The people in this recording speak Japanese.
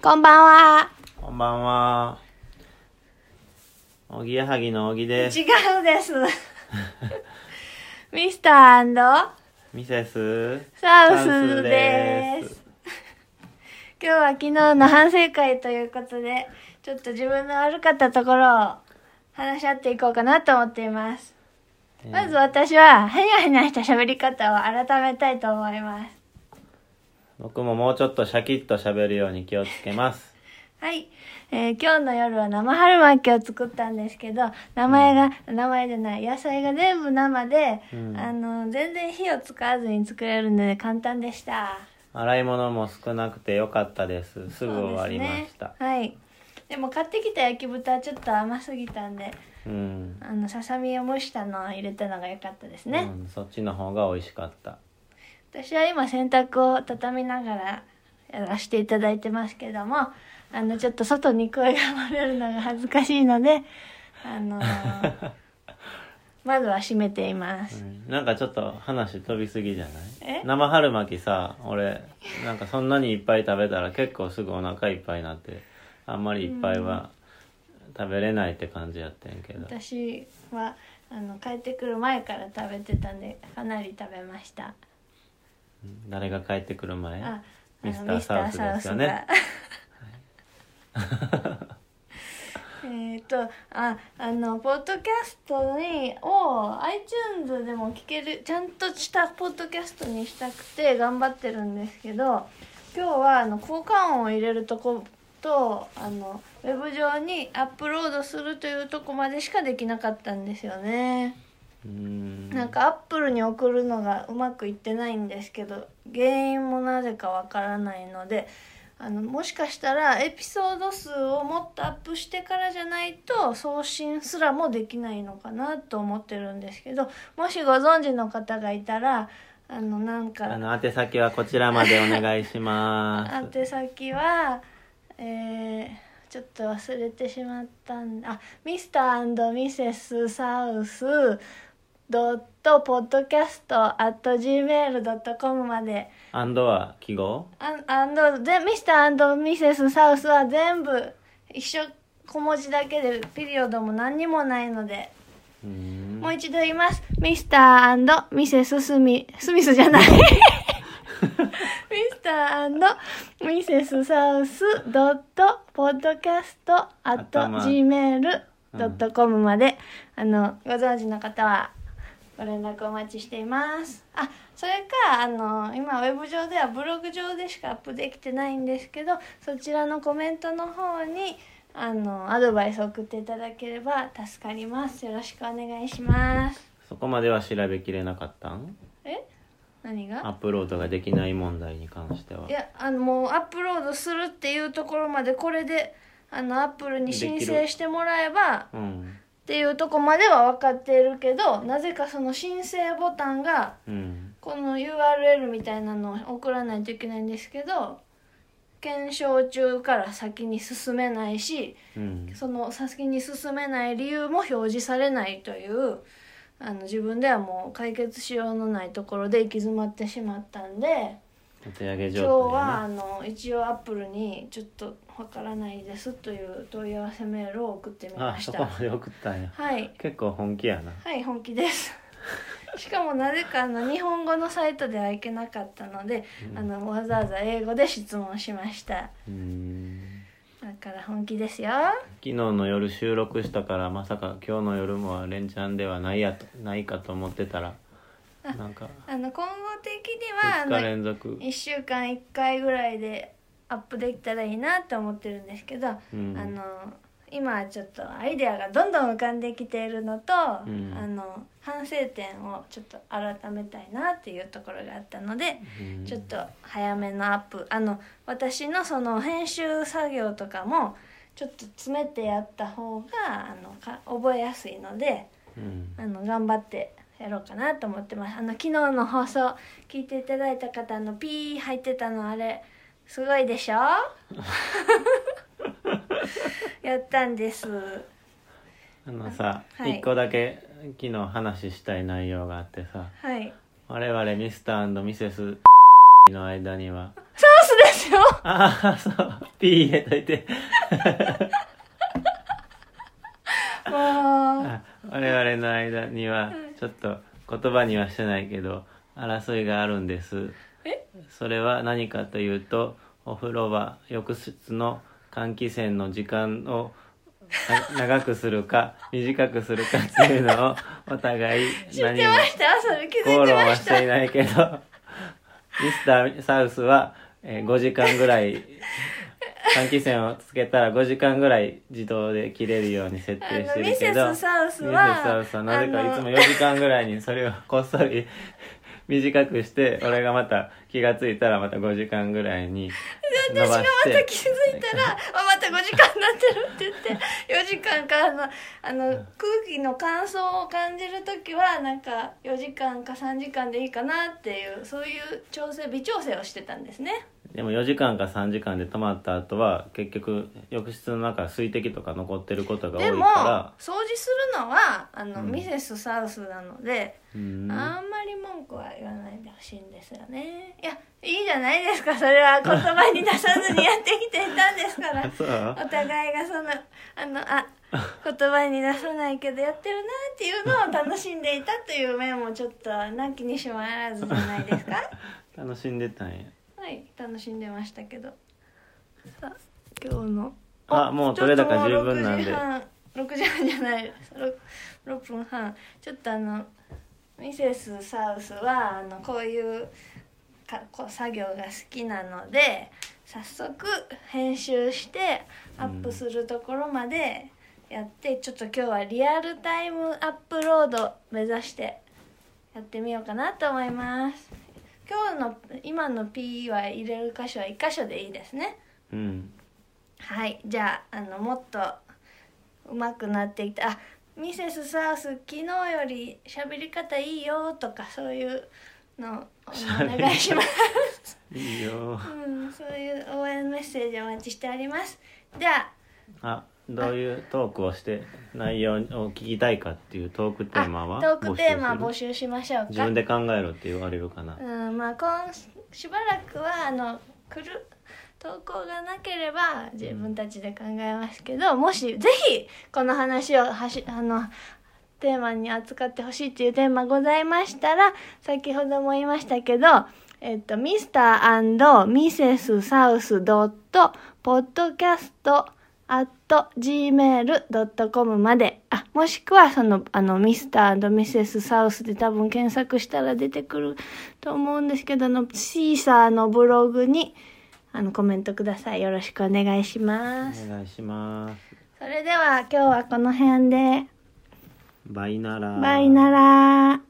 こんばんは。こんばんは。おぎやはぎのおぎです。違う です。ミスターミセス。サウスです。今日は昨日の反省会ということで、ちょっと自分の悪かったところを話し合っていこうかなと思っています。えーまず私は、ヘニャヘニャした喋り方を改めたいと思います。僕ももうちょっとシャキッと喋るように気をつ けます。はい、えー今日の夜は生春巻きを作ったんですけど名前が、名前じゃない野菜が全部生で、うんあの全然火を使わずに作れるので簡単でした洗い物も少なくてよかったです。すぐ終わりました。そうですねはいでも買ってきた焼き豚はちょっと甘すぎたんでうん。あのささみを蒸したのを入れたのが良かったですね、うん。そっちの方が美味しかった。私は今洗濯を畳みながらやらせていただいてますけどもあのちょっと外に声が漏れるのが恥ずかしいのであのー窓は閉めていまうす、んなんかちょっと話飛びすぎじゃないえ生春巻きさ俺なんかそんなにいっぱい食べたら結構すぐお腹いっぱいになってあんまりいっぱいは食べれないって感じやってんけど、私はあの帰ってくる前から食べてたんでかなり食べました誰が帰ってくる前ああミスターサウスですよねミスターサウスが えっとああのポッドキャストにを iTunes でも聞けるちゃんとしたポッドキャストにしたくて頑張ってるんですけど今日はあの効果音を入れるとことあのウェブ上にアップロードするというとこまでしかできなかったんですよね。うーんなんかアップルに送るのがうまくいってないんですけど原因もなぜかわからないのであのもしかしたらエピソード数をもっとアップしてからじゃないと送信すらもできないのかなと思ってるんですけどもしご存知の方がいたらあのなんあかの宛先はこちらまでお願い します宛先はえーちょっと忘れてしまったんあミスターミセスサウスドットポッドキャスト at gmail.com までアンドは記号あアンドでミスターミセスサウスは全部一緒小文字だけでピリオドも何にもないのでうーんもう一度言います。ミスターミセススミ、スミスじゃ ない。ミスターミセスサウスドットポッドキャストアット頭 gmail.com まで、あの、ご存知の方はご連絡お待ちしています。あ、それか、あの、今ウェブ上ではブログ上でしかアップできてないんですけど、そちらのコメントの方に、あの、アドバイスを送っていただければ助かります。よろしくお願いします。そこまでは調べきれなかったんえ何アッがプロードができない問題に関してはいや、あの、もうアップロードするっていうところまで、これで、あの、アップルに申でき請るしてもらえば、うんっていうとこまでは分かっているけど、なぜかその申請ボタンが、うんこの URL みたいなのを送らないといけないんですけど検証中から先に進めないしうんその先に進めない理由も表示されないというあの自分ではもう解決しようのないところで行き詰まってしまったんでお手上げ今日状は態あの一応アップルにちょっとわからないですという問い合わせメールを送ってみやなまあしそこたまで送ったんやはい結構本気やなはい本気です しかもなぜかあの日本語のサイトではいけなかったので、あのわざわざ英語で質問しましたうーんだから本気ですよ昨日の夜収録したからまさか今日の夜も連チャンではないやとないかと思ってたらなんかあの今後的には2日あの連続1週間1回ぐらいでアップできたらいいなと思ってるんですけど、うんあの今はちょっとアイデアがどんどん浮かんできているのと、うんあの反省点をちょっと改めたいなっていうところがあったので、うんちょっと早めのアップあの私のその編集作業とかもちょっと詰めてやった方があのか覚えやすいのでうんあの頑張ってやろうかなと思ってますあの昨日の放送聞いていただいた方あのピー入ってたのあれすごいで しょやったんですあのさ、一はい1個だけ昨日話したい内容があってさはい我々ミスターミセスの間にはソースですしょああそうピー入れといて もうあ我々の間にはちょっと言葉にはしてないけど争いがあるんですえそれは何かというとお風呂は浴室の換気扇の時間を な長くするか短くするかっていうのをお互い知っ何てもました朝の気づ口いて論はまししてたいないけどミスターサウスは、えー5時間ぐらい換気扇をつけたら5時間ぐらい自動で切れるように設定あしのてミるけセどスサウスミセスサウはスはなぜかいつあのも4時間ぐらいにそれをこっそり短くして俺がまた気がついたらまた5時間ぐらいに伸私がばましてた気づいたら「あまた5時間になってる」って言って4時間からのあの空気の乾燥を感じる時はなんか4時間か3時間でいいかなっていうそういう調整微調整をしてたんですねでも4時間か3時間で止まった後は結局浴室の中水滴とか残ってることが多いでかもら掃除するのはあの、うんミセスサウスなので、うんあんまり文句は言わないでほしいんですよねいやいいじゃないですかそれは言葉に出さずにやってきていたんですからあ そうお互いがそのあのあ言葉に出さないけどやってるなっていうのを楽しんでいたという面もちょっとなきにしもあらずじゃないですか 楽しんでたんやはい楽しんでましたけどさあ今日のあもう取れ高十分なんで6時半じゃない 6, 6分半ちょっとあのミセスサウスはあのこういうかこう作業が好きなので早速編集してアップするところまでやって、ちょっと今日はリアルタイムアップロード目指してやってみようかなと思います今日の今の P は入れる箇所は1箇所でいいですねうんはいじゃああのもっと上手くなっていったあミセスサウス昨日より喋り方いいよとかそういうのお喋り願いします、いいようん、そういう応援メッセージお待ちしておりますじゃああどういうトークをして内容を聞きたいかっていうトークテあーマはトークテーマ募募集する集しましょうか自分で考えろって言われるかなうんまあ今しばらくはあの来る投稿がなければ自分たちで考えますけど、もしぜひこの話をはしあのテーマに扱ってほしいっていうテーマございましたら先ほども言いましたけど、えっと、mr.mrs.south.podcast.gmail.com まであもしくはそのあの mr.mrs.south で多分検索したら出てくると思うんですけどあのシーサーのブログにあのコメントくださいよろしくお願いします、お願いしますそれでは今日はこの辺でバイナラバイなら